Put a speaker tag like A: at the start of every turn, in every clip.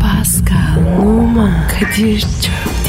A: Pascal, Oman, Kadir çok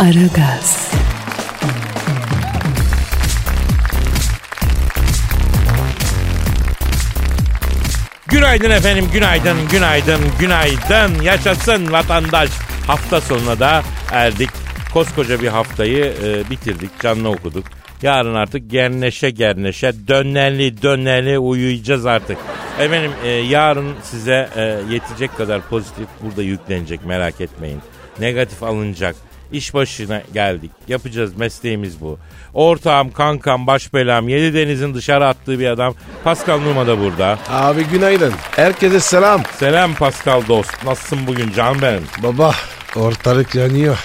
A: Aragaz,
B: Günaydın efendim, günaydın, günaydın, günaydın. Yaşasın vatandaş. Hafta sonuna da erdik. Koskoca bir haftayı e, bitirdik, canlı okuduk. Yarın artık gerneşe gerneşe, döneli döneli uyuyacağız artık. Efendim e, yarın size e, yetecek kadar pozitif burada yüklenecek merak etmeyin. Negatif alınacak. İş başına geldik. Yapacağız mesleğimiz bu. Ortağım, kankam, baş belam, yedi denizin dışarı attığı bir adam. Pascal Numa da burada.
C: Abi günaydın. Herkese selam.
B: Selam Pascal dost. Nasılsın bugün canım benim?
C: Baba ortalık yanıyor.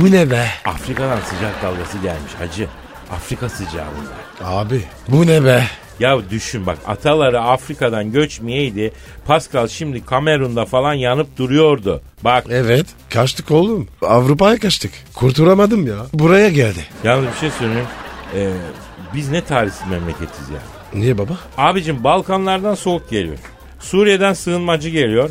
C: Bu ne be?
B: Afrika'dan sıcak dalgası gelmiş hacı. Afrika sıcağı bunlar.
C: Abi bu ne be?
B: Ya düşün bak ataları Afrika'dan göçmeyeydi. Pascal şimdi Kamerun'da falan yanıp duruyordu. Bak
C: Evet. Kaçtık oğlum. Avrupa'ya kaçtık. Kurtulamadım ya. Buraya geldi.
B: yalnız bir şey söyleyeyim. Ee, biz ne talihsiz memleketiz ya.
C: Niye baba?
B: Abicim Balkanlardan soğuk geliyor. Suriye'den sığınmacı geliyor.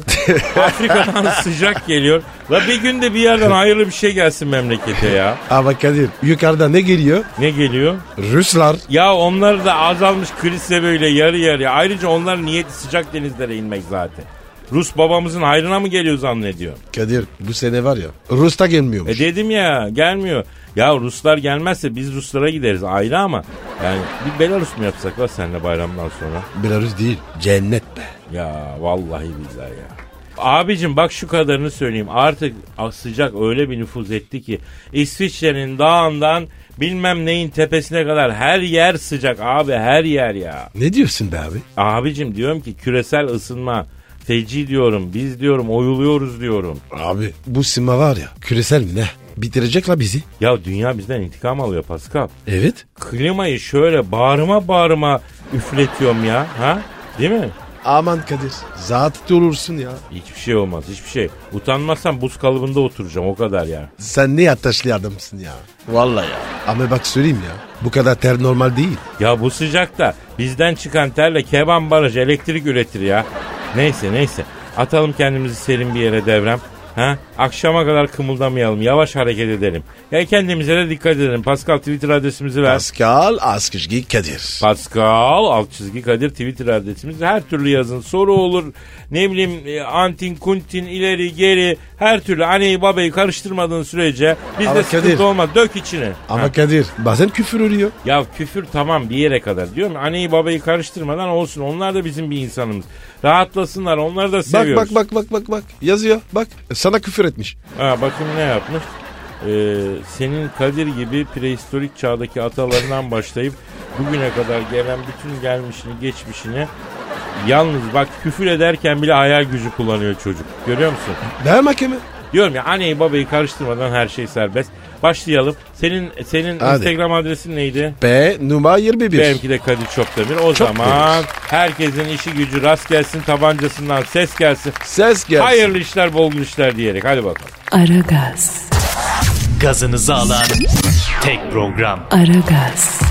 B: Afrika'dan sıcak geliyor. La bir gün de bir yerden hayırlı bir şey gelsin memlekete ya.
C: Ama Kadir yukarıda ne geliyor?
B: Ne geliyor?
C: Ruslar.
B: Ya onlar da azalmış krizle böyle yarı yarıya. Ayrıca onların niyeti sıcak denizlere inmek zaten. Rus babamızın hayrına mı geliyor zannediyor?
C: Kadir bu sene var ya Rus'ta gelmiyor.
B: E dedim ya gelmiyor. Ya Ruslar gelmezse biz Ruslara gideriz ayrı ama. Yani bir Belarus mu yapsak la seninle bayramdan sonra?
C: E, Belarus değil. Cennet be.
B: Ya vallahi billahi ya. Abicim bak şu kadarını söyleyeyim. Artık sıcak öyle bir nüfuz etti ki İsviçre'nin dağından bilmem neyin tepesine kadar her yer sıcak abi her yer ya.
C: Ne diyorsun be abi?
B: Abicim diyorum ki küresel ısınma feci diyorum biz diyorum oyuluyoruz diyorum.
C: Abi bu sima var ya küresel mi ne? Bitirecek la bizi.
B: Ya dünya bizden intikam alıyor Pascal.
C: Evet.
B: Klimayı şöyle bağrıma bağrıma üfletiyorum ya. Ha? Değil mi?
C: Aman Kadir. Zaten olursun ya.
B: Hiçbir şey olmaz hiçbir şey. Utanmazsan buz kalıbında oturacağım o kadar ya.
C: Sen ne yataşlı adamsın ya.
B: Vallahi ya.
C: Ama bak söyleyeyim ya. Bu kadar ter normal değil.
B: Ya bu sıcakta bizden çıkan terle keban baraj elektrik üretir ya. Neyse neyse atalım kendimizi serin bir yere devrem. Ha? Akşama kadar kımıldamayalım. Yavaş hareket edelim. Ya kendimize de dikkat edelim. Pascal Twitter adresimizi ver.
C: Pascal Askışgi Kadir.
B: Pascal alt çizgi Kadir Twitter adresimiz. Her türlü yazın. Soru olur. Ne bileyim e, antin kuntin ileri geri her türlü anneyi babayı karıştırmadığın sürece
C: Ama
B: bizde
C: Kadir-
B: sıkıntı olmaz. Dök içine.
C: Ama Kadir bazen küfür oluyor.
B: Ya küfür tamam bir yere kadar diyorum. Anneyi babayı karıştırmadan olsun. Onlar da bizim bir insanımız. Rahatlasınlar. Onları da
C: Bak bak
B: seviyoruz.
C: bak bak bak bak. Yazıyor bak. Sana küfür etmiş.
B: Ha, bakın ne yapmış. Ee, senin Kadir gibi prehistorik çağdaki atalarından başlayıp bugüne kadar gelen bütün gelmişini geçmişini yalnız bak küfür ederken bile hayal gücü kullanıyor çocuk. Görüyor musun?
C: Ver mahkeme.
B: Diyorum ya anneyi babayı karıştırmadan her şey serbest. Başlayalım. Senin senin
C: Hadi.
B: Instagram adresin neydi?
C: P numara 21.
B: Benimki de Kadir Çopdemir. O zaman herkesin işi gücü rast gelsin, tabancasından ses gelsin.
C: Ses gelsin.
B: Hayırlı işler, bol işler diyerek. Hadi bakalım.
A: Aragaz,
D: Gazınızı alan tek program.
A: Aragaz,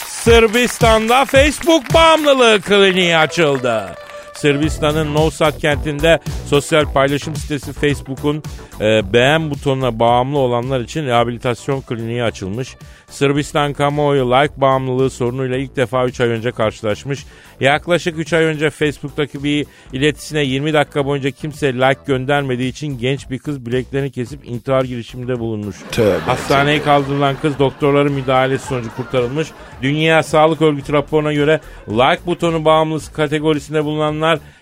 B: Sırbistan'da Facebook bağımlılığı kliniği açıldı. Sırbistan'ın Nohsat kentinde sosyal paylaşım sitesi Facebook'un e, beğen butonuna bağımlı olanlar için rehabilitasyon kliniği açılmış. Sırbistan kamuoyu like bağımlılığı sorunuyla ilk defa 3 ay önce karşılaşmış. Yaklaşık 3 ay önce Facebook'taki bir iletisine 20 dakika boyunca kimse like göndermediği için genç bir kız bileklerini kesip intihar girişiminde bulunmuş.
C: Tövbe.
B: Hastaneye kaldırılan kız doktorların müdahalesi sonucu kurtarılmış. Dünya Sağlık Örgütü raporuna göre like butonu bağımlısı kategorisinde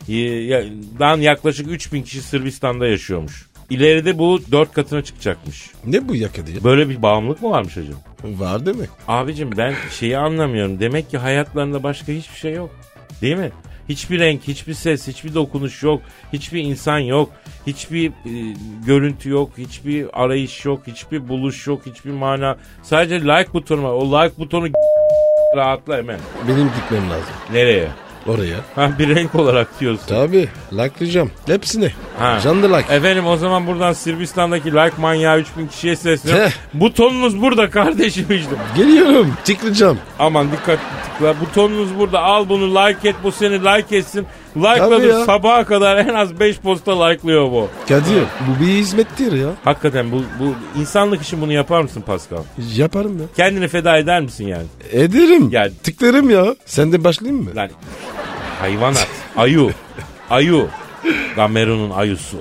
B: bulunanlardan yaklaşık 3000 kişi Sırbistan'da yaşıyormuş. İleride bu 4 katına çıkacakmış.
C: Ne bu ya Kadir?
B: Böyle bir bağımlılık mı varmış acaba?
C: Var değil mi?
B: Abicim ben şeyi anlamıyorum. Demek ki hayatlarında başka hiçbir şey yok. Değil mi? Hiçbir renk, hiçbir ses, hiçbir dokunuş yok. Hiçbir insan yok. Hiçbir e, görüntü yok. Hiçbir arayış yok. Hiçbir buluş yok. Hiçbir mana. Sadece like butonu var. O like butonu rahatla hemen.
C: Benim gitmem lazım.
B: Nereye?
C: Oraya.
B: Ha bir renk olarak diyorsun.
C: Tabii. Laklayacağım. Hepsini.
B: Ha.
C: Canlı lak.
B: Efendim o zaman buradan Sırbistan'daki like manyağı 3000 kişiye sesleniyorum.
C: Teh.
B: Butonunuz burada kardeşim işte.
C: Geliyorum. Tıklayacağım.
B: Aman dikkat tıkla. Butonunuz burada. Al bunu like et. Bu seni like etsin.
C: Tabii
B: Like'ladı
C: ya.
B: sabaha kadar en az 5 posta like'lıyor bu.
C: Kadir bu bir hizmettir ya.
B: Hakikaten bu, bu insanlık için bunu yapar mısın Pascal?
C: Yaparım ya.
B: Kendini feda eder misin yani?
C: Ederim.
B: Ya-
C: Tıklarım ya. Sen de başlayayım mı?
B: Lan hayvanat. Ayu. Ayu. Gameron'un ayusu.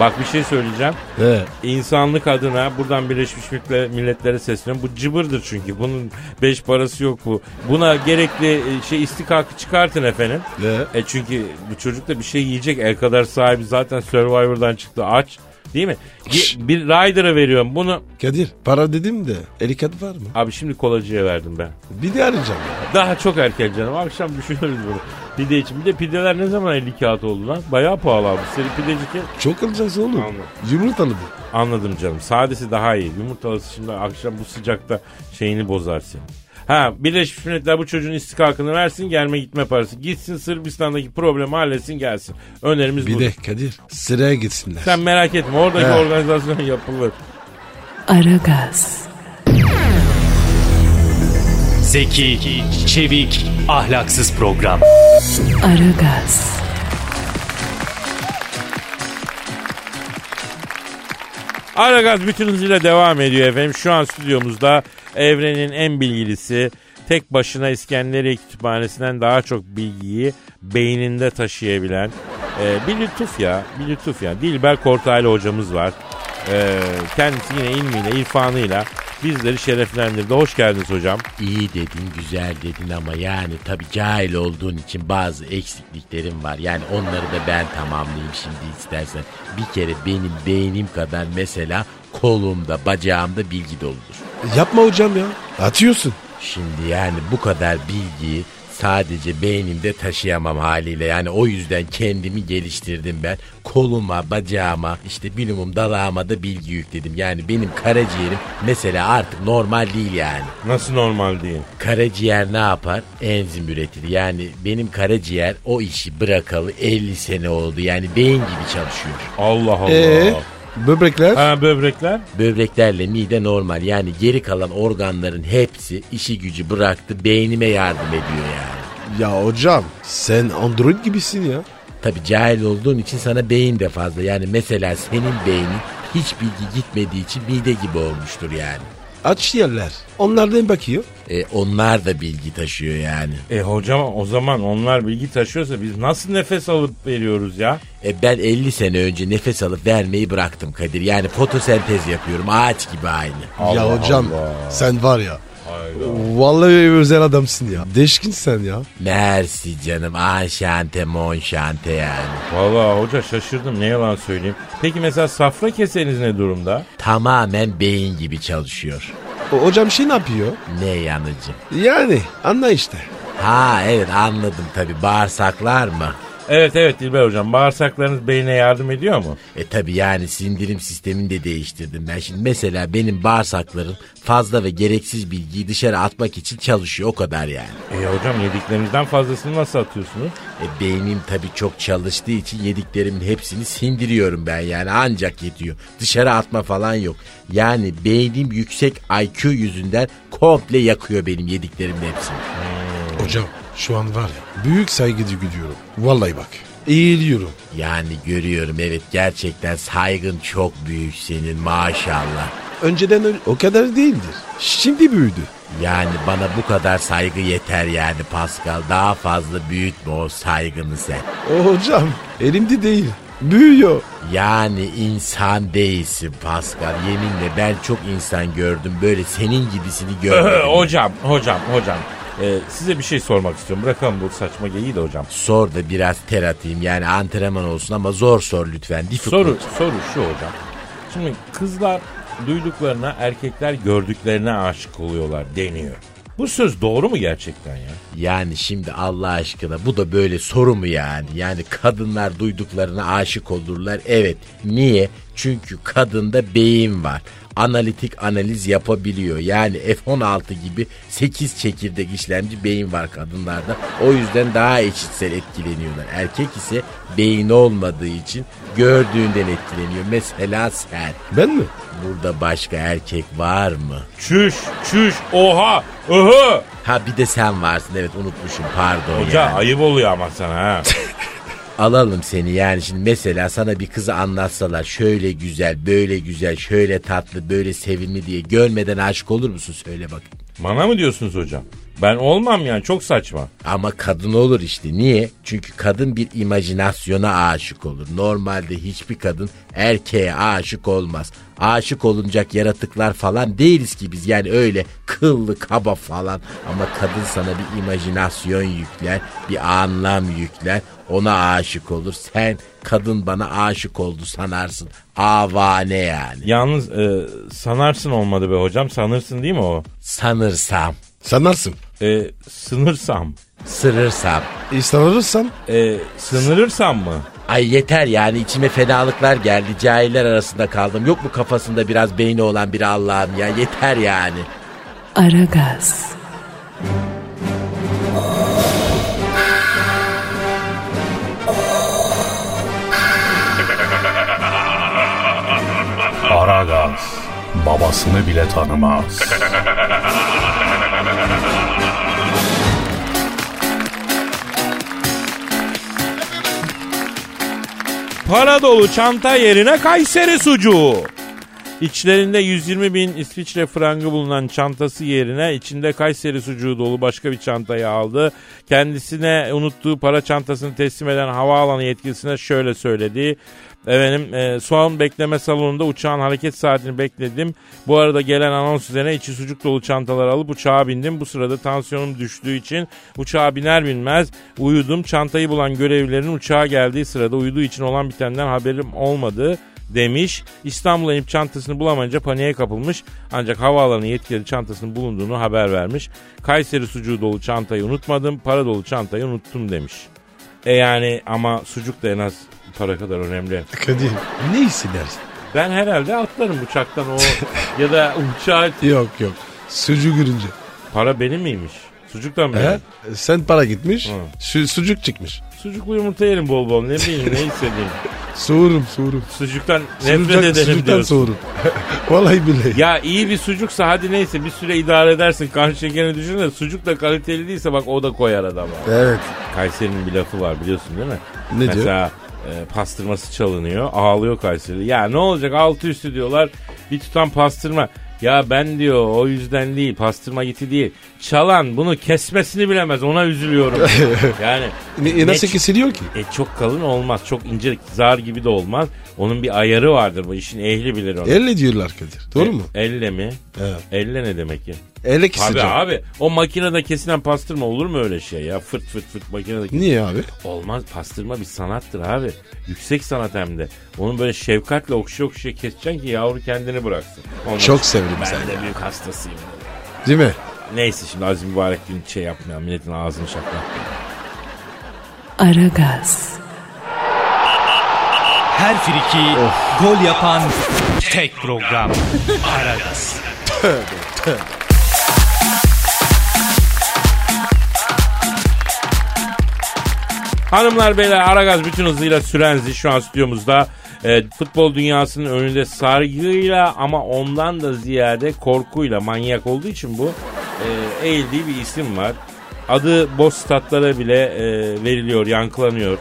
B: Bak bir şey söyleyeceğim.
C: He.
B: İnsanlık adına buradan Birleşmiş Milletler- Milletler'e sesleniyorum. Bu cıbırdır çünkü. Bunun beş parası yok bu. Buna gerekli e, şey istikakı çıkartın efendim.
C: Ve
B: E çünkü bu çocuk da bir şey yiyecek. El kadar sahibi zaten Survivor'dan çıktı aç. Değil mi? Bir, bir Rider'a veriyorum bunu.
C: Kadir para dedim de elikat var mı?
B: Abi şimdi kolacıya verdim ben.
C: Bir de arayacağım ya.
B: Daha çok erken canım. Akşam düşünürüz bunu. Pide için. Bir de pideler ne zaman 50 kağıt oldu lan? Bayağı pahalı abi. Seri pideci ki-
C: Çok alacaksın oğlum.
B: Anladım.
C: Yumurtalı bu.
B: Anladım canım. Sadesi daha iyi. Yumurtalısı şimdi akşam bu sıcakta şeyini bozar seni. Ha Birleşmiş Milletler bu çocuğun istikakını versin gelme gitme parası. Gitsin Sırbistan'daki problemi halletsin gelsin. Önerimiz bu.
C: Bir de Kadir sıraya gitsinler.
B: Sen merak etme oradaki
C: He.
B: organizasyon yapılır.
A: Aragaz,
D: Zeki, çevik, ahlaksız program.
A: Aragaz,
B: Aragaz bütün hızıyla devam ediyor efendim. Şu an stüdyomuzda evrenin en bilgilisi tek başına İskenderiye Kütüphanesi'nden daha çok bilgiyi beyninde taşıyabilen e, bir lütuf ya. Bir lütuf ya. Dilber Kortaylı hocamız var. E, kendisi yine ilmiyle, irfanıyla bizleri şereflendirdi. Hoş geldiniz hocam.
E: İyi dedin, güzel dedin ama yani tabii cahil olduğun için bazı eksikliklerim var. Yani onları da ben tamamlayayım şimdi istersen. Bir kere benim beynim kadar mesela kolumda, bacağımda bilgi doludur.
C: Yapma hocam ya. Atıyorsun.
E: Şimdi yani bu kadar bilgiyi sadece beynimde taşıyamam haliyle. Yani o yüzden kendimi geliştirdim ben. Koluma, bacağıma, işte bilumum dalağıma da bilgi yükledim. Yani benim karaciğerim mesela artık normal değil yani.
B: Nasıl normal değil?
E: Karaciğer ne yapar? Enzim üretir. Yani benim karaciğer o işi bırakalı 50 sene oldu. Yani beyin gibi çalışıyor.
B: Allah Allah.
C: Ee, böbrekler.
B: E? Ha böbrekler?
E: Böbreklerle mide normal. Yani geri kalan organların hepsi işi gücü bıraktı. Beynime yardım ediyor yani.
C: Ya hocam sen android gibisin ya.
E: Tabi cahil olduğun için sana beyin de fazla. Yani mesela senin beynin hiç bilgi gitmediği için mide gibi olmuştur yani.
C: Aç yerler. Onlardan bakıyor.
E: E, onlar da bilgi taşıyor yani.
B: E hocam o zaman onlar bilgi taşıyorsa biz nasıl nefes alıp veriyoruz ya?
E: E ben 50 sene önce nefes alıp vermeyi bıraktım Kadir. Yani fotosentez yapıyorum ağaç gibi aynı.
C: ya hocam sen var ya. Vallahi özel adamsın ya. Değişkin sen ya.
E: Mersi canım anşante monşante yani.
B: Valla hoca şaşırdım ne yalan söyleyeyim. Peki mesela safra keseniz ne durumda?
E: Tamamen beyin gibi çalışıyor.
C: O- hocam şey ne yapıyor?
E: Ne yanıcım.
C: Yani anla işte.
E: Ha evet anladım tabi bağırsaklar mı?
B: Evet evet Dilber hocam bağırsaklarınız beyne yardım ediyor mu?
E: E tabi yani sindirim sistemini de değiştirdim ben. Şimdi mesela benim bağırsaklarım fazla ve gereksiz bilgiyi dışarı atmak için çalışıyor o kadar yani.
B: E hocam yediklerinizden fazlasını nasıl atıyorsunuz?
E: E, beynim tabii çok çalıştığı için yediklerimin hepsini sindiriyorum ben yani ancak yetiyor. Dışarı atma falan yok. Yani beynim yüksek IQ yüzünden komple yakıyor benim yediklerimin hepsini.
C: Hocam şu an var ya büyük saygı gidiyorum. Vallahi bak eğiliyorum.
E: Yani görüyorum evet gerçekten saygın çok büyük senin maşallah.
C: Önceden ö- o kadar değildir. Şimdi büyüdü.
E: Yani bana bu kadar saygı yeter yani Pascal. Daha fazla büyütme o saygını sen.
C: O hocam elimde değil. Büyüyor.
E: Yani insan değilsin Pascal. Yeminle ben çok insan gördüm. Böyle senin gibisini görmedim.
B: hocam hocam hocam. E, size bir şey sormak istiyorum. Bırakalım bu saçma geyiği de hocam.
E: Sor da biraz ter atayım yani antrenman olsun ama zor sor lütfen. Difficult.
B: Soru, soru şu hocam. Şimdi kızlar duyduklarına erkekler gördüklerine aşık oluyorlar deniyor. Bu söz doğru mu gerçekten ya?
E: Yani şimdi Allah aşkına bu da böyle soru mu yani? Yani kadınlar duyduklarına aşık olurlar. Evet. Niye? Çünkü kadında beyin var. Analitik analiz yapabiliyor. Yani F-16 gibi 8 çekirdek işlemci beyin var kadınlarda. O yüzden daha eşitsel etkileniyorlar. Erkek ise beyin olmadığı için gördüğünden etkileniyor. Mesela sen.
C: Ben mi?
E: Burada başka erkek var mı?
B: Çüş, çüş, oha, ıhı.
E: Ha bir de sen varsın evet unutmuşum pardon
B: Hoca
E: yani.
B: ayıp oluyor ama sana ha.
E: Alalım seni yani şimdi mesela sana bir kızı anlatsalar şöyle güzel böyle güzel şöyle tatlı böyle sevimli diye görmeden aşık olur musun söyle bak.
B: Bana mı diyorsunuz hocam? Ben olmam yani çok saçma.
E: Ama kadın olur işte niye? Çünkü kadın bir imajinasyona aşık olur. Normalde hiçbir kadın erkeğe aşık olmaz. Aşık olunacak yaratıklar falan değiliz ki biz yani öyle kıllı kaba falan. Ama kadın sana bir imajinasyon yükler, bir anlam yükler. Ona aşık olur. Sen kadın bana aşık oldu sanarsın. Avane yani.
B: Yalnız e, sanarsın olmadı be hocam sanırsın değil mi o?
E: Sanırsam,
C: Sanarsın.
B: E, sınırsam.
E: sırırsam.
C: E, sanırsan
B: E, sınırırsam mı?
E: Ay yeter yani içime fenalıklar geldi. Cahiller arasında kaldım. Yok mu kafasında biraz beyni olan biri Allah'ım ya? Yeter yani.
A: Aragaz.
F: Aragaz babasını bile tanımaz.
B: Para dolu çanta yerine Kayseri sucuğu. İçlerinde 120 bin İsviçre frangı bulunan çantası yerine içinde Kayseri sucuğu dolu başka bir çantayı aldı. Kendisine unuttuğu para çantasını teslim eden havaalanı yetkilisine şöyle söyledi. Efendim e, son bekleme salonunda uçağın hareket saatini bekledim. Bu arada gelen anons üzerine içi sucuk dolu çantalar alıp uçağa bindim. Bu sırada tansiyonum düştüğü için uçağa biner binmez uyudum. Çantayı bulan görevlilerin uçağa geldiği sırada uyuduğu için olan bitenden haberim olmadı demiş. İstanbul'a inip çantasını bulamayınca paniğe kapılmış. Ancak havaalanı yetkileri çantasının bulunduğunu haber vermiş. Kayseri sucuğu dolu çantayı unutmadım, para dolu çantayı unuttum demiş. E yani ama sucuk da en az para kadar önemli.
C: Kadir ne hissedersin?
B: Ben herhalde atlarım uçaktan o ya da uçağa
C: Yok yok. Sucuk görünce.
B: para benim miymiş? Sucuk da mı?
C: He?
B: benim?
C: Sen para gitmiş. Su, sucuk çıkmış.
B: Sucuklu yumurta yerim bol bol ne bileyim ne hissedeyim.
C: Soğurum soğurum.
B: Sucuktan nefret
C: Sucuktan-
B: ederim
C: sucuktan
B: diyorsun.
C: soğurum. Vallahi billahi.
B: Ya iyi bir sucuksa hadi neyse bir süre idare edersin. Kan şekerini düşün de sucuk da kaliteli değilse bak o da koyar adama.
C: Evet.
B: Kayseri'nin bir lafı var biliyorsun değil mi?
C: Ne diyor?
B: Mesela e, pastırması çalınıyor ağlıyor Kayseri. Ya ne olacak altı üstü diyorlar bir tutam pastırma. Ya ben diyor o yüzden değil pastırma gitti değil. Çalan bunu kesmesini bilemez ona üzülüyorum. yani
C: Ne, e, nasıl
B: ne-
C: kesiliyor ki?
B: e, çok kalın olmaz çok ince zar gibi de olmaz. Onun bir ayarı vardır bu işin ehli bilir onu.
C: Elle diyorlar Kadir. Doğru mu?
B: Elle mi?
C: Evet.
B: Elle ne demek ki?
C: Elle
B: Tabii
C: keseceğim.
B: abi o makinede kesilen pastırma olur mu öyle şey ya? Fırt fırt fırt makinede kes-
C: Niye abi?
B: Olmaz pastırma bir sanattır abi. Yüksek sanat hem de. Onu böyle şefkatle okşa okşa keseceksin ki yavru kendini bıraksın. Ondan
C: Çok
B: sonra-
C: severim
B: ben
C: seni
B: de büyük hastasıyım.
C: Değil mi?
B: Neyse şimdi Aziz Mübarek gün şey yapmayalım. Milletin ağzını şaklatmayalım.
A: Aragaz.
D: Her friki gol yapan tek program. Aragaz.
B: Hanımlar beyler Aragaz bütün hızıyla süren zi şu an stüdyomuzda. Ee, futbol dünyasının önünde sargıyla ama ondan da ziyade korkuyla manyak olduğu için bu e, eğildiği bir isim var. Adı boş statlara bile e, veriliyor, yankılanıyor.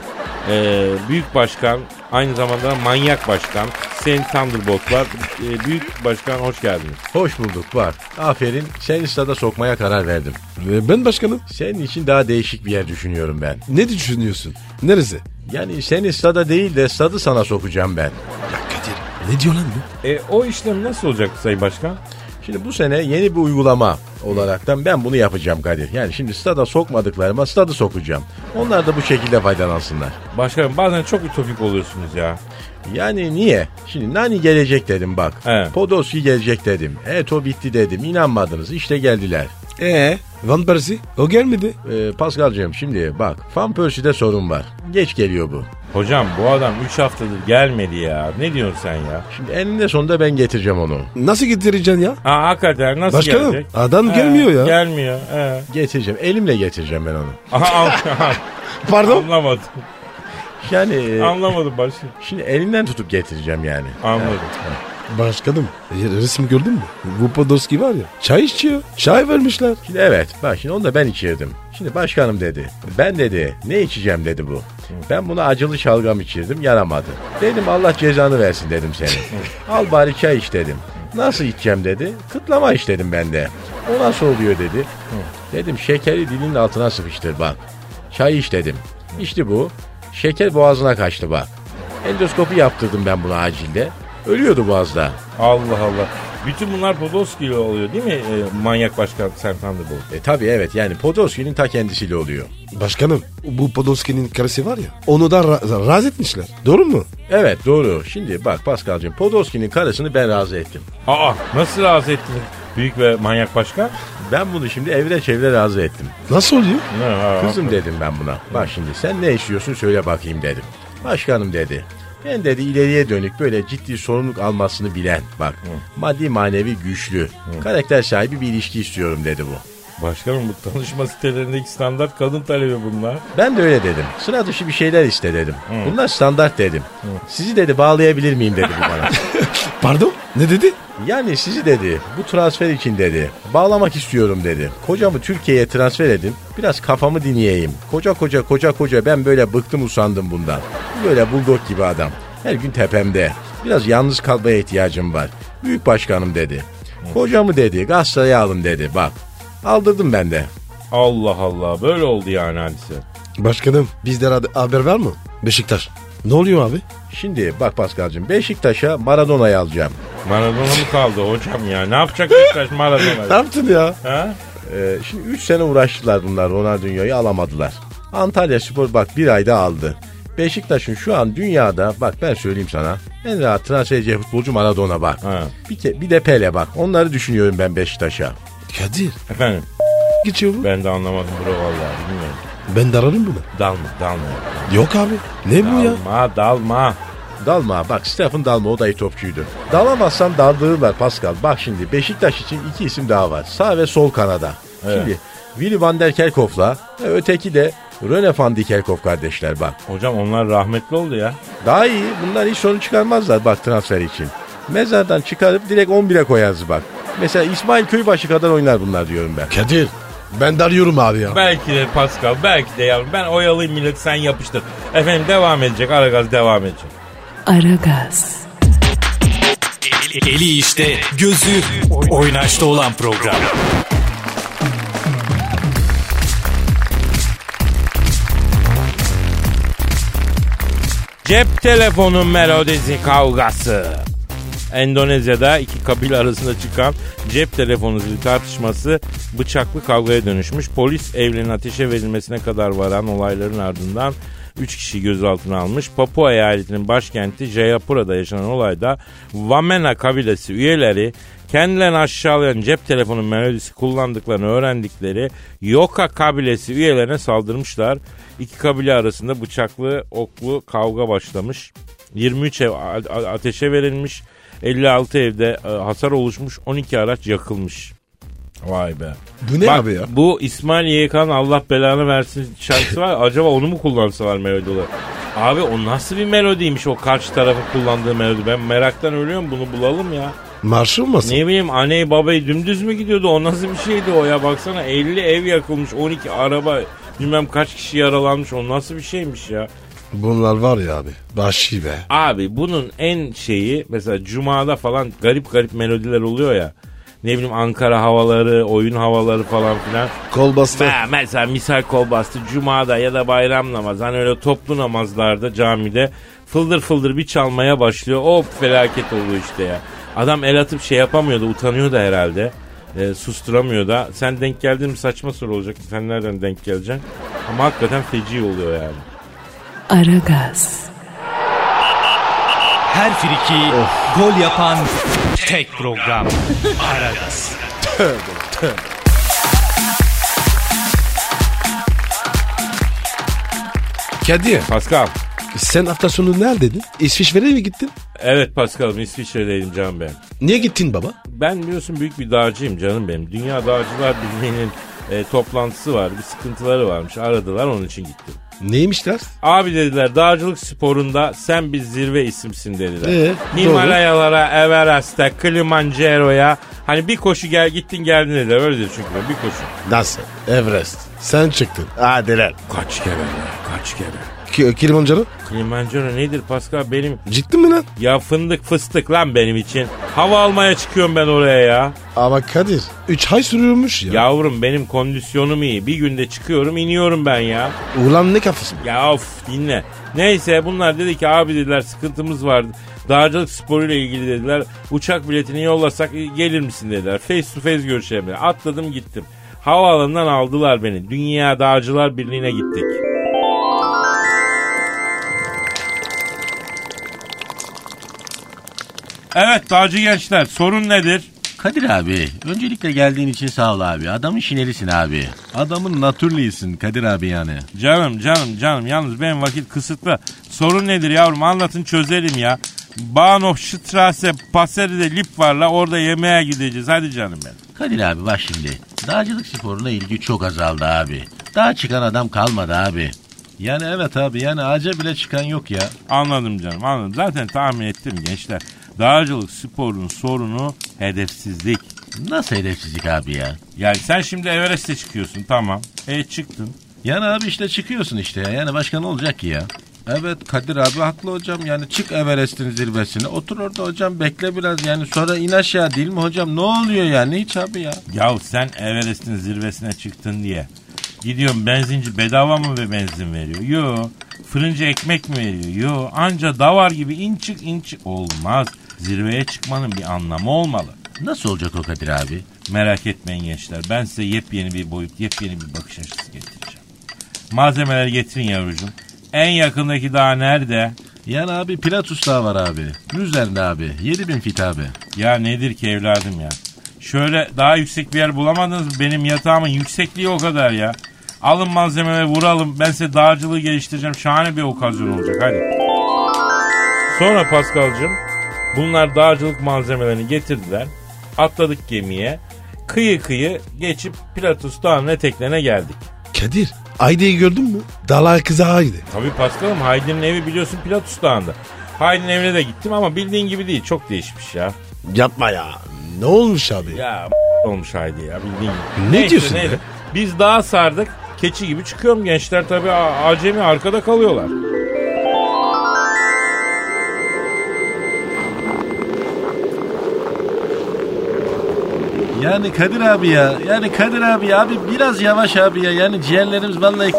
B: E, büyük başkan aynı zamanda manyak başkan Sayın Thunderbolt'lar. E, büyük başkan hoş geldiniz.
E: Hoş bulduk var. Aferin. Sen stada sokmaya karar verdim.
C: Ve Ee, Ben başkanım.
E: Senin için daha değişik bir yer düşünüyorum ben.
C: Ne düşünüyorsun? Neresi?
E: Yani seni stada değil de stadı sana sokacağım ben.
C: Ya Kadir ne diyor lan bu?
B: E, o işlem nasıl olacak Sayın Başkan?
E: Şimdi bu sene yeni bir uygulama olaraktan ben bunu yapacağım Kadir. Yani şimdi stada sokmadıklarıma stadı sokacağım. Onlar da bu şekilde faydalansınlar.
B: Başkanım bazen çok ütopik oluyorsunuz ya.
E: Yani niye? Şimdi Nani gelecek dedim bak.
B: He.
E: Podolski gelecek dedim. Eto bitti dedim. İnanmadınız. İşte geldiler.
C: Ee, Van Persie o gelmedi.
E: Ee, Pascal'cığım şimdi bak. Fan Percy'de sorun var. Geç geliyor bu.
B: Hocam bu adam 3 haftadır gelmedi ya. Ne diyorsun sen ya?
E: Şimdi eninde sonunda ben getireceğim onu.
C: Nasıl getireceksin ya?
B: Aa hakikaten nasıl
C: Başkanım,
B: gelecek?
C: adam
B: He,
C: gelmiyor ya.
B: Gelmiyor. he.
E: Getireceğim. Elimle getireceğim ben onu.
B: Aha, an-
C: Pardon.
B: anlamadım.
E: Yani e,
B: Anlamadım başkanım.
E: şimdi elinden tutup getireceğim yani.
B: Anladım.
C: Başkanım e, resim gördün mü? Bu Podolski var ya çay içiyor. Çay vermişler.
E: Şimdi evet bak şimdi onu da ben içirdim. Şimdi başkanım dedi. Ben dedi ne içeceğim dedi bu. Ben buna acılı şalgam içirdim yaramadı. Dedim Allah cezanı versin dedim senin. Al bari çay iç dedim. Nasıl içeceğim dedi. Kıtlama iç dedim ben de. O nasıl oluyor dedi. Dedim şekeri dilinin altına sıkıştır bak. Çay iç dedim. İçti bu. Şeker boğazına kaçtı bak. Endoskopi yaptırdım ben buna acilde. Ölüyordu boğazda.
B: Allah Allah. Bütün bunlar Podolski ile oluyor değil mi e, manyak başkan Serkan de bu?
E: E tabi evet yani Podolski'nin ta kendisiyle oluyor.
C: Başkanım bu Podolski'nin karısı var ya onu da ra- razı etmişler. Doğru mu?
E: Evet doğru. Şimdi bak Pascal'cığım Podolski'nin karısını ben razı ettim.
B: Aa nasıl razı ettiniz büyük ve manyak başkan?
E: Ben bunu şimdi evre çevre razı ettim.
C: Nasıl oluyor?
B: Ne, ha,
E: Kızım dedim ben buna. Bak şimdi sen ne istiyorsun söyle bakayım dedim. Başkanım dedi. Ben dedi ileriye dönük böyle ciddi sorumluluk almasını bilen bak maddi manevi güçlü karakter sahibi bir ilişki istiyorum dedi bu.
B: Başkanım bu tanışma sitelerindeki standart kadın talebi bunlar.
E: Ben de öyle dedim. Sıra dışı bir şeyler iste dedim. Bunlar standart dedim. Sizi dedi bağlayabilir miyim dedi bu bana.
C: Pardon? Ne dedi?
E: Yani sizi dedi bu transfer için dedi bağlamak istiyorum dedi. Kocamı Türkiye'ye transfer edin biraz kafamı dinleyeyim. Koca koca koca koca ben böyle bıktım usandım bundan. Böyle buldog gibi adam. Her gün tepemde. Biraz yalnız kalmaya ihtiyacım var. Büyük başkanım dedi. Kocamı dedi Galatasaray'a alın dedi bak. Aldırdım ben de.
B: Allah Allah böyle oldu yani hadise.
C: Başkanım bizde ra- haber var mı? Beşiktaş. Ne oluyor abi?
E: Şimdi bak Paskal'cığım Beşiktaş'a Maradona'yı alacağım.
B: Maradona mı kaldı hocam ya? Ne yapacak Beşiktaş
C: Ne
B: Maradona?
C: yaptın ya?
B: ha?
E: Ee, şimdi 3 sene uğraştılar bunlar Ronaldinho'yu alamadılar. Antalya Spor bak bir ayda aldı. Beşiktaş'ın şu an dünyada bak ben söyleyeyim sana en rahat transfer edeceği futbolcu Maradona bak.
B: Ha.
E: Bir, ke- bir de Pele bak onları düşünüyorum ben Beşiktaş'a.
C: Kadir.
B: Efendim
C: Geçiyor bu.
B: ben de anlamadım bro vallahi bilmiyorum.
C: Ben de ararım bunu.
B: Dalma dalma.
C: Yok abi. Ne bu ya?
B: Dalma dalma.
E: Dalma bak Stefan Dalma o da iyi topçuydu. Dalamazsan daldırırlar Pascal. Bak şimdi Beşiktaş için iki isim daha var. Sağ ve sol kanada. Şimdi Willy van der Kerkhoff'la e, öteki de Rene van der Kerkhoff kardeşler bak.
B: Hocam onlar rahmetli oldu ya.
E: Daha iyi. Bunlar hiç sorun çıkarmazlar bak transfer için. Mezardan çıkarıp direkt 11'e koyarız bak. Mesela İsmail Köybaşı kadar oynar bunlar diyorum ben.
C: Kadir. Ben de arıyorum abi ya.
B: Belki de Pascal belki de yavrum. Ben oyalayayım millet sen yapıştır. Efendim devam edecek Aragaz devam edecek.
A: Aragaz,
D: Eli, eli işte, gözü oynaşta olan program.
B: Cep telefonu melodisi kavgası. Endonezya'da iki kabile arasında çıkan cep telefonu zil tartışması bıçaklı kavgaya dönüşmüş. Polis evlerin ateşe verilmesine kadar varan olayların ardından 3 kişi gözaltına almış. Papua eyaletinin başkenti Jayapura'da yaşanan olayda Wamena kabilesi üyeleri kendilerini aşağılayan cep telefonu melodisi kullandıklarını öğrendikleri Yoka kabilesi üyelerine saldırmışlar. İki kabile arasında bıçaklı oklu kavga başlamış. 23 ev a- a- ateşe verilmiş. 56 evde e, hasar oluşmuş. 12 araç yakılmış. Vay be.
C: Bu ne
B: Bak,
C: abi ya?
B: Bu İsmail YK'nın Allah belanı versin şarkısı var. Acaba onu mu kullansalar melodi olarak? Abi o nasıl bir melodiymiş o karşı tarafın kullandığı melodi? Ben meraktan ölüyorum bunu bulalım ya.
C: Marşı olmasın?
B: Ne bileyim anneyi babayı dümdüz mü gidiyordu? O nasıl bir şeydi o ya? Baksana 50 ev yakılmış 12 araba bilmem kaç kişi yaralanmış. O nasıl bir şeymiş ya?
C: Bunlar var ya abi. Vahşi be.
B: Abi bunun en şeyi mesela Cuma'da falan garip garip melodiler oluyor ya. Ne bileyim Ankara havaları, oyun havaları falan filan.
C: Kol bastı.
B: Ha, mesela misal kol bastı Cuma'da ya da bayram namazı. Hani öyle toplu namazlarda camide fıldır fıldır bir çalmaya başlıyor. Hop felaket oluyor işte ya. Adam el atıp şey yapamıyordu utanıyordu herhalde. e, susturamıyor da. Sen denk geldin mi saçma soru olacak. Sen nereden denk geleceksin? Ama hakikaten feci oluyor yani.
A: Aragaz,
D: Her friki gol yapan tek program. Aragaz.
C: Kadir
B: Pascal.
C: sen hafta sonu neredeydin? İsviçre'ye mi gittin?
B: Evet Pascal'ım İsviçre'deydim canım benim.
C: Niye gittin baba?
B: Ben biliyorsun büyük bir dağcıyım canım benim. Dünya Dağcılar Birliği'nin e, toplantısı var. Bir sıkıntıları varmış. Aradılar onun için gittim.
C: Neymişler?
B: Abi dediler dağcılık sporunda sen bir zirve isimsin dediler.
C: Ee,
B: Himalayalara, Everest'e, Kilimanjaro'ya hani bir koşu gel gittin geldin dediler. Öyledir çünkü ben, bir koşu.
C: Nasıl? Everest. Sen çıktın. Hadi lan.
B: Kaç kere be, kaç kere.
C: Ki- Kilimanjaro?
B: Kilimanjaro nedir Pascal benim?
C: Ciddi mi lan?
B: Ya fındık fıstık lan benim için. Hava almaya çıkıyorum ben oraya ya.
C: Ama Kadir 3 ay sürüyormuş ya.
B: Yavrum benim kondisyonum iyi. Bir günde çıkıyorum iniyorum ben ya.
C: Ulan ne kafası?
B: Ya of dinle. Neyse bunlar dedi ki abi dediler sıkıntımız vardı. Dağcılık sporuyla ilgili dediler. Uçak biletini yollasak e, gelir misin dediler. Face to face görüşelim dediler. Atladım gittim. Havaalanından aldılar beni. Dünya Dağcılar Birliği'ne gittik. Evet dağcı gençler sorun nedir?
E: Kadir abi öncelikle geldiğin için sağ ol abi. Adamın şinelisin abi. Adamın natürlisin Kadir abi yani.
B: Canım canım canım yalnız benim vakit kısıtlı. Sorun nedir yavrum anlatın çözelim ya. Bahnhof Strasse Passeri'de lip var la orada yemeğe gideceğiz hadi canım benim.
E: Kadir abi bak şimdi. Dağcılık sporuna ilgi çok azaldı abi. Dağa çıkan adam kalmadı abi. Yani evet abi yani ağaca bile çıkan yok ya.
B: Anladım canım anladım. Zaten tahmin ettim gençler. Dağcılık sporunun sorunu hedefsizlik.
E: Nasıl hedefsizlik abi ya?
B: Yani sen şimdi Everest'e çıkıyorsun tamam. E çıktın.
E: Yani abi işte çıkıyorsun işte ya. Yani başka ne olacak ki ya? Evet Kadir abi haklı hocam. Yani çık Everest'in zirvesine. Otur orada hocam bekle biraz. Yani sonra in aşağı değil mi hocam? Ne oluyor yani hiç abi ya?
B: Yahu sen Everest'in zirvesine çıktın diye. Gidiyorum benzinci bedava mı ve benzin veriyor? Yo. Fırıncı ekmek mi veriyor? Yo. Anca davar gibi in çık in çık. Olmaz. Zirveye çıkmanın bir anlamı olmalı.
E: Nasıl olacak o Kadir abi?
B: Merak etmeyin gençler. Ben size yepyeni bir boyut, yepyeni bir bakış açısı getireceğim. Malzemeleri getirin yavrucuğum. En yakındaki dağ nerede?
E: Yani abi Pilatus Dağı var abi. Üzerinde abi. 7000 fit abi.
B: Ya nedir ki evladım ya? Şöyle daha yüksek bir yer bulamadınız mı? Benim yatağımın yüksekliği o kadar ya. Alın malzemeleri vuralım. Ben size dağcılığı geliştireceğim. Şahane bir okazyon olacak. Hadi. Sonra Paskal'cığım bunlar dağcılık malzemelerini getirdiler. Atladık gemiye. Kıyı kıyı geçip Platus Dağı'nın eteklerine geldik.
C: Kadir Haydi'yi gördün mü? Dalar kızı Haydi.
B: Tabii Paskal'ım Haydn'in evi biliyorsun Platus Dağı'nda. Haydn'in evine de gittim ama bildiğin gibi değil. Çok değişmiş ya.
C: Yapma ya. Ne olmuş abi?
B: Ya olmuş haydi ya bildiğin gibi.
C: Ne diyorsun be?
B: Biz daha sardık. Keçi gibi çıkıyorum gençler tabii a- acemi arkada kalıyorlar.
E: Yani Kadir abi ya. Yani Kadir abi ya. Abi biraz yavaş abi ya. Yani ciğerlerimiz vallahi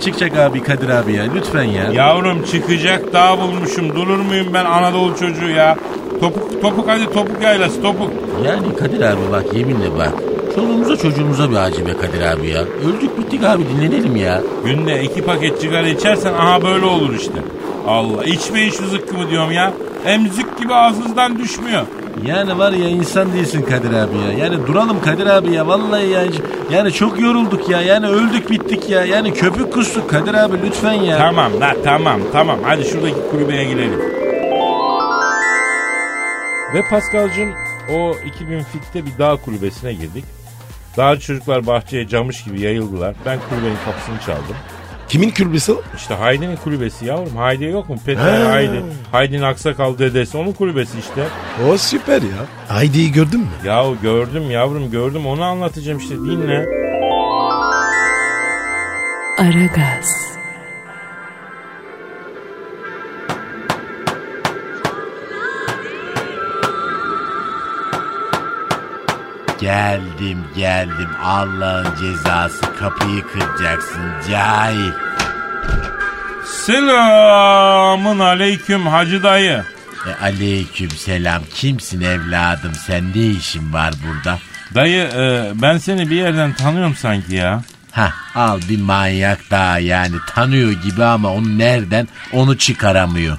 E: çıkacak abi Kadir abi ya. Lütfen ya.
B: Yavrum çıkacak daha bulmuşum. Durur muyum ben Anadolu çocuğu ya? Topuk topuk hadi topuk yaylası topuk.
E: Yani Kadir abi bak yeminle bak. Çoluğumuza çocuğumuza bir acı be Kadir abi ya. Öldük bittik abi dinlenelim ya.
B: Günde iki paket sigara içersen aha böyle olur işte. Allah içmeyin şu zıkkımı diyorum ya. Hem zık gibi ağzınızdan düşmüyor.
E: Yani var ya insan değilsin Kadir abi ya. Yani duralım Kadir abi ya vallahi ya. Yani çok yorulduk ya. Yani öldük bittik ya. Yani köpük kustuk Kadir abi lütfen ya.
B: Tamam la tamam tamam hadi şuradaki kulübeye girelim. Ve Paskal'cığım o 2000 fitte bir dağ kulübesine girdik. Dağcı çocuklar bahçeye camış gibi yayıldılar. Ben kulübenin kapısını çaldım.
C: Kimin kürbesi o?
B: İşte Haydi'nin kulübesi yavrum. Haydi yok mu? Peter Haydi. Haydi'nin aksakal dedesi onun kulübesi işte.
C: O süper ya. Haydi'yi gördün mü?
B: Yahu gördüm yavrum gördüm onu anlatacağım işte dinle.
A: Aragaz,
E: Geldim geldim Allah'ın cezası kapıyı kıracaksın cahil.
B: Selamın aleyküm hacı dayı.
E: E, aleyküm selam kimsin evladım sen ne işin var burada?
B: Dayı e, ben seni bir yerden tanıyorum sanki ya.
E: Ha al bir manyak daha yani tanıyor gibi ama onu nereden onu çıkaramıyor.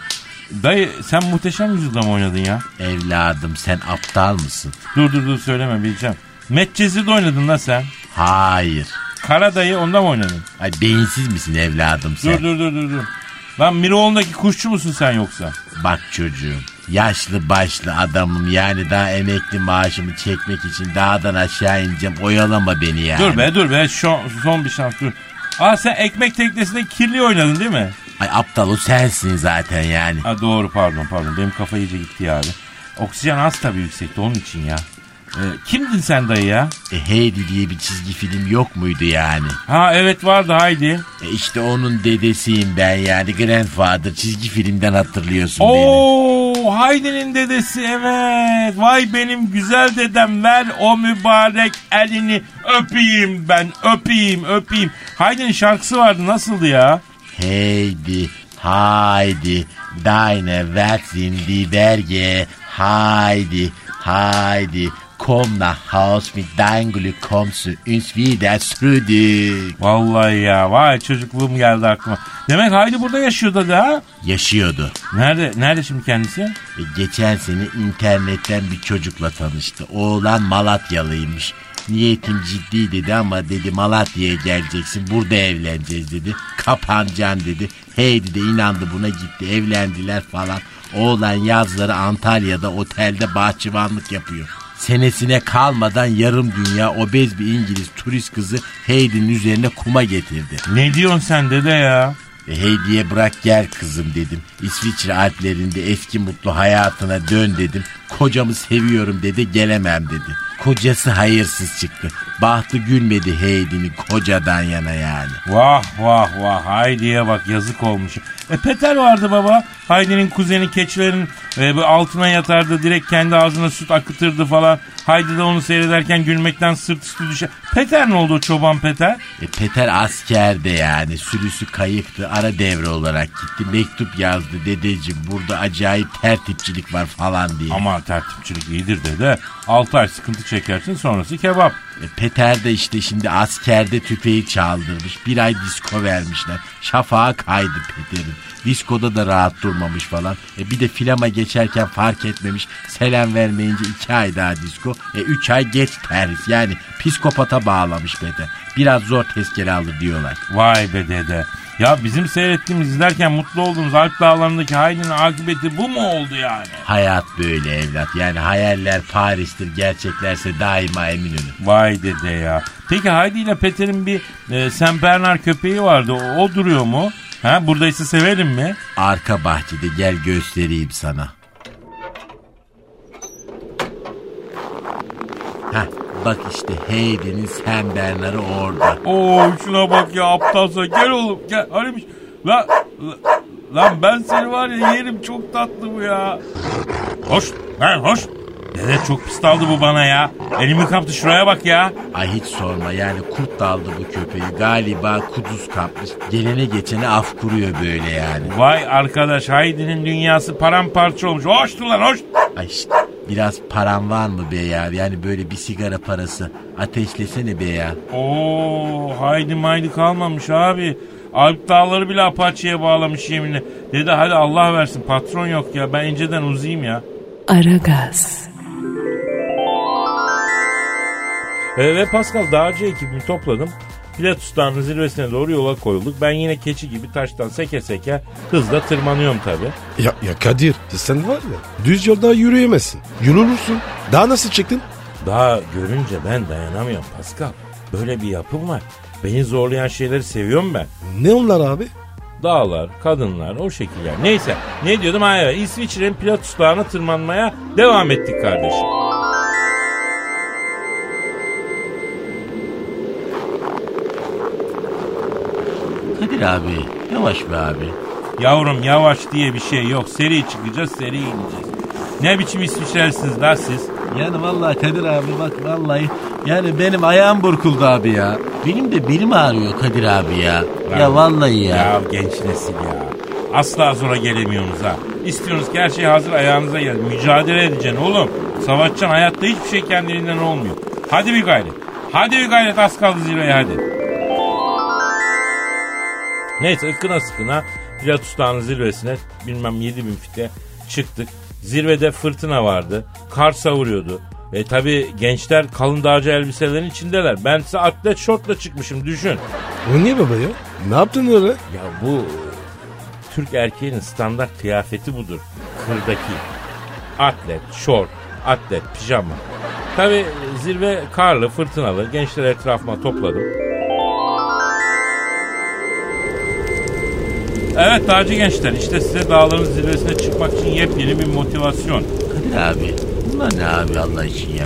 B: Dayı sen muhteşem yüzyılda mı oynadın ya?
E: Evladım sen aptal mısın?
B: Dur dur dur söyleme bileceğim. Medcezir'de oynadın la sen.
E: Hayır.
B: Kara dayı onda mı oynadın?
E: Ay beyinsiz misin evladım sen?
B: Dur dur dur dur dur. Lan Miroğlu'ndaki kuşçu musun sen yoksa?
E: Bak çocuğum yaşlı başlı adamım yani daha emekli maaşımı çekmek için dağdan aşağı ineceğim oyalama beni yani.
B: Dur be dur be Şo- son bir şans dur. Aa sen ekmek teknesinde kirli oynadın değil mi?
E: Ay aptal o sensin zaten yani.
B: Ha doğru pardon pardon benim kafa iyice gitti ya abi. Oksijen az tabii yüksekti onun için ya. Ee, kimdin sen dayı ya?
E: E, Heidi diye bir çizgi film yok muydu yani?
B: Ha evet vardı haydi.
E: E, işte onun dedesiyim ben yani Grandfather çizgi filmden hatırlıyorsun beni.
B: Oo Haydi'nin dedesi evet. Vay benim güzel dedem ver o mübarek elini öpeyim ben öpeyim öpeyim. Haydi'nin şarkısı vardı nasıldı ya?
E: Heidi, Heidi, deine Welt sind die Berge. Heidi, Heidi, komm nach Haus mit dein Glück kommst du uns wieder zurück.
B: Vallahi ya vay çocukluğum geldi aklıma. Demek Haydi burada yaşıyordu da.
E: Yaşıyordu.
B: Nerede nerede şimdi kendisi?
E: E, geçen sene internetten bir çocukla tanıştı. Oğlan Malatyalıymış. Niyetim ciddi dedi ama dedi Malatya'ya geleceksin burada evleneceğiz dedi. Kapancan dedi. Heydi de inandı buna gitti evlendiler falan. Oğlan yazları Antalya'da otelde bahçıvanlık yapıyor. Senesine kalmadan yarım dünya obez bir İngiliz turist kızı Heydi'nin üzerine kuma getirdi.
B: Ne diyorsun sen dede ya?
E: Hediye bırak gel kızım dedim. İsviçre Alplerinde eski mutlu hayatına dön dedim. Kocamı seviyorum dedi gelemem dedi. Kocası hayırsız çıktı. Bahtı gülmedi Heydi'nin kocadan yana yani.
B: Vah vah vah Haydi'ye bak yazık olmuş. E Peter vardı baba. Haydi'nin kuzeni keçilerin e, bu altına yatardı. Direkt kendi ağzına süt akıtırdı falan. Haydi de onu seyrederken gülmekten sırt üstü düşer. Peter ne oldu o çoban Peter?
E: E, Peter askerde yani sürüsü kayıktı ara devre olarak gitti. Mektup yazdı dedeciğim burada acayip tertipçilik var falan diye.
B: Ama tertipçilik iyidir dede. 6 ay sıkıntı çekersin sonrası kebap.
E: E, Peter de işte şimdi askerde tüfeği çaldırmış. Bir ay disko vermişler. Şafağa kaydı Peter'in. Diskoda da rahat durmamış falan. E, bir de filama geçerken fark etmemiş. Selam vermeyince iki ay daha disko. E, üç ay geç terhis. Yani psikopata bağlamış Peter. Biraz zor tezkere aldı diyorlar.
B: Vay be dede. Ya bizim seyrettiğimiz izlerken mutlu olduğumuz Alp dağlarındaki Haydi'nin akıbeti bu mu oldu yani?
E: Hayat böyle evlat. Yani hayaller Paris'tir. Gerçeklerse daima Eminönü.
B: Vay dede ya. Peki Haydi ile Peter'in bir e, Saint Bernard köpeği vardı. O, o duruyor mu? Ha buradaysa severim mi?
E: Arka bahçede gel göstereyim sana. Hah bak işte Heydi'nin sen Bernar'ı orada.
B: Oo şuna bak ya aptalsa. Gel oğlum gel. Harimiş. Lan, la- lan ben seni var ya yerim çok tatlı bu ya. Hoş. Lan hoş. Dede çok pis daldı bu bana ya. Elimi kaptı şuraya bak ya.
E: Ay hiç sorma yani kurt daldı bu köpeği. Galiba kuduz kapmış. Gelene geçene af kuruyor böyle yani.
B: Vay arkadaş Haydi'nin dünyası paramparça olmuş. Hoştu lan hoş.
E: Ay şşt, biraz paran var mı be ya? Yani böyle bir sigara parası. Ateşlesene be ya.
B: Oo haydi maydi kalmamış abi. Alp dağları bile apaçıya bağlamış yeminle. Dedi hadi Allah versin patron yok ya ben inceden uzayayım ya.
A: Aragaz,
B: E, ve Pascal dağcı ekibini topladım. Pilatus Dağı'nın zirvesine doğru yola koyulduk. Ben yine keçi gibi taştan seke seke hızla tırmanıyorum tabi.
C: Ya, ya Kadir sen var ya düz yolda yürüyemezsin. Yorulursun. Daha nasıl çıktın?
B: Daha görünce ben dayanamıyorum Pascal. Böyle bir yapım var. Beni zorlayan şeyleri seviyorum ben.
C: Ne onlar abi?
B: Dağlar, kadınlar, o şekiller. Neyse ne diyordum? Ha evet İsviçre'nin Pilatus Dağı'na tırmanmaya devam ettik kardeşim.
E: Kadir abi yavaş be abi.
B: Yavrum yavaş diye bir şey yok. Seri çıkacağız, seri ineceğiz. Ne biçim İsviçrelisiniz la siz?
E: Yani vallahi Kadir abi bak vallahi yani benim ayağım burkuldu abi ya. Benim de belim ağrıyor Kadir abi ya. Ya, vallahi ya.
B: Ya genç nesil ya. Asla zora gelemiyorsunuz ha. İstiyorsunuz ki her şey hazır ayağınıza gel. Mücadele edeceksin oğlum. Savaşacaksın hayatta hiçbir şey kendiliğinden olmuyor. Hadi bir gayret. Hadi bir gayret az kaldı zirveye hadi. Neyse ıkkına sıkına Pilatus Dağı'nın zirvesine bilmem 7000 fite çıktık. Zirvede fırtına vardı. Kar savuruyordu. E tabi gençler kalın dağcı elbiselerin içindeler. Ben size atlet şortla çıkmışım düşün.
C: O niye baba ya? Ne yaptın öyle?
B: Ya bu e, Türk erkeğinin standart kıyafeti budur. Kırdaki. Atlet, şort, atlet, pijama. Tabi zirve karlı, fırtınalı. Gençleri etrafıma topladım. Evet dağcı gençler işte size dağların zirvesine çıkmak için yepyeni bir motivasyon.
E: Kadir abi bunlar ne abi Allah için ya?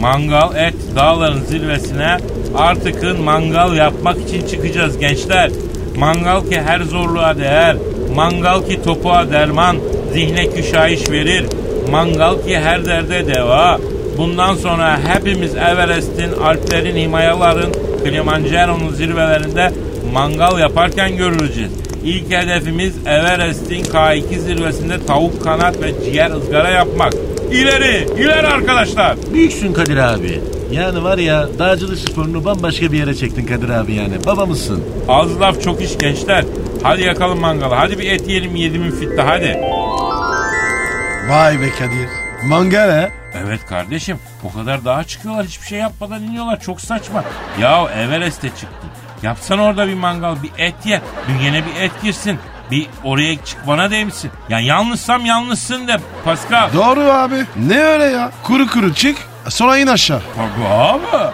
B: Mangal et dağların zirvesine artıkın mangal yapmak için çıkacağız gençler. Mangal ki her zorluğa değer. Mangal ki topuğa derman, zihne küşayiş verir. Mangal ki her derde deva. Bundan sonra hepimiz Everest'in, Alplerin, Himayaların, Kilimanjaro'nun zirvelerinde mangal yaparken görüleceğiz. İlk hedefimiz Everest'in K2 zirvesinde tavuk kanat ve ciğer ızgara yapmak. İleri, ileri arkadaşlar.
E: Büyüksün Kadir abi. Yani var ya dağcılık sporunu bambaşka bir yere çektin Kadir abi yani. Baba mısın?
B: Az laf çok iş gençler. Hadi yakalım mangalı. Hadi bir et yiyelim yedimin fitte hadi.
C: Vay be Kadir. Mangal ha?
B: Evet kardeşim o kadar daha çıkıyorlar hiçbir şey yapmadan iniyorlar çok saçma. Ya Everest'e çıktın. Yapsan orada bir mangal bir et ye. Bünyene bir et girsin. Bir oraya çıkmana değmişsin. Ya yanlışsam yanlışsın de Pascal.
C: Doğru abi. Ne öyle ya? Kuru kuru çık sonra in aşağı.
B: Tabii abi.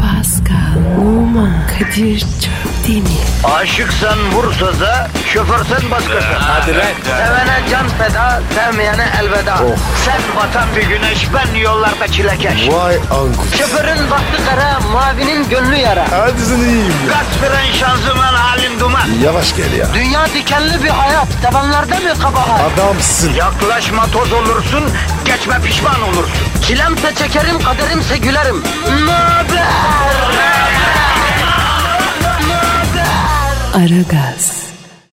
A: Pascal, Oman, Kadir çok değil mi?
G: Aşıksan vursa da, şoförsen başkasın. Hadi Sevene can feda, sevmeyene elveda. Sen batan bir güneş, ben yollarda çilekeş.
C: Oh. Vay anku.
G: Şoförün baktı kara, mavinin gönlü yara.
C: Hadi sen iyiyim ya.
G: Kasperen şanzıman halin duman.
C: Yavaş gel ya.
G: Dünya dikenli bir hayat, sevenlerde mi kabahar?
C: Adamsın.
G: Yaklaşma toz olursun, geçme pişman olursun. Çilemse çekerim, kaderimse gülerim. Möber!
A: Aragaz.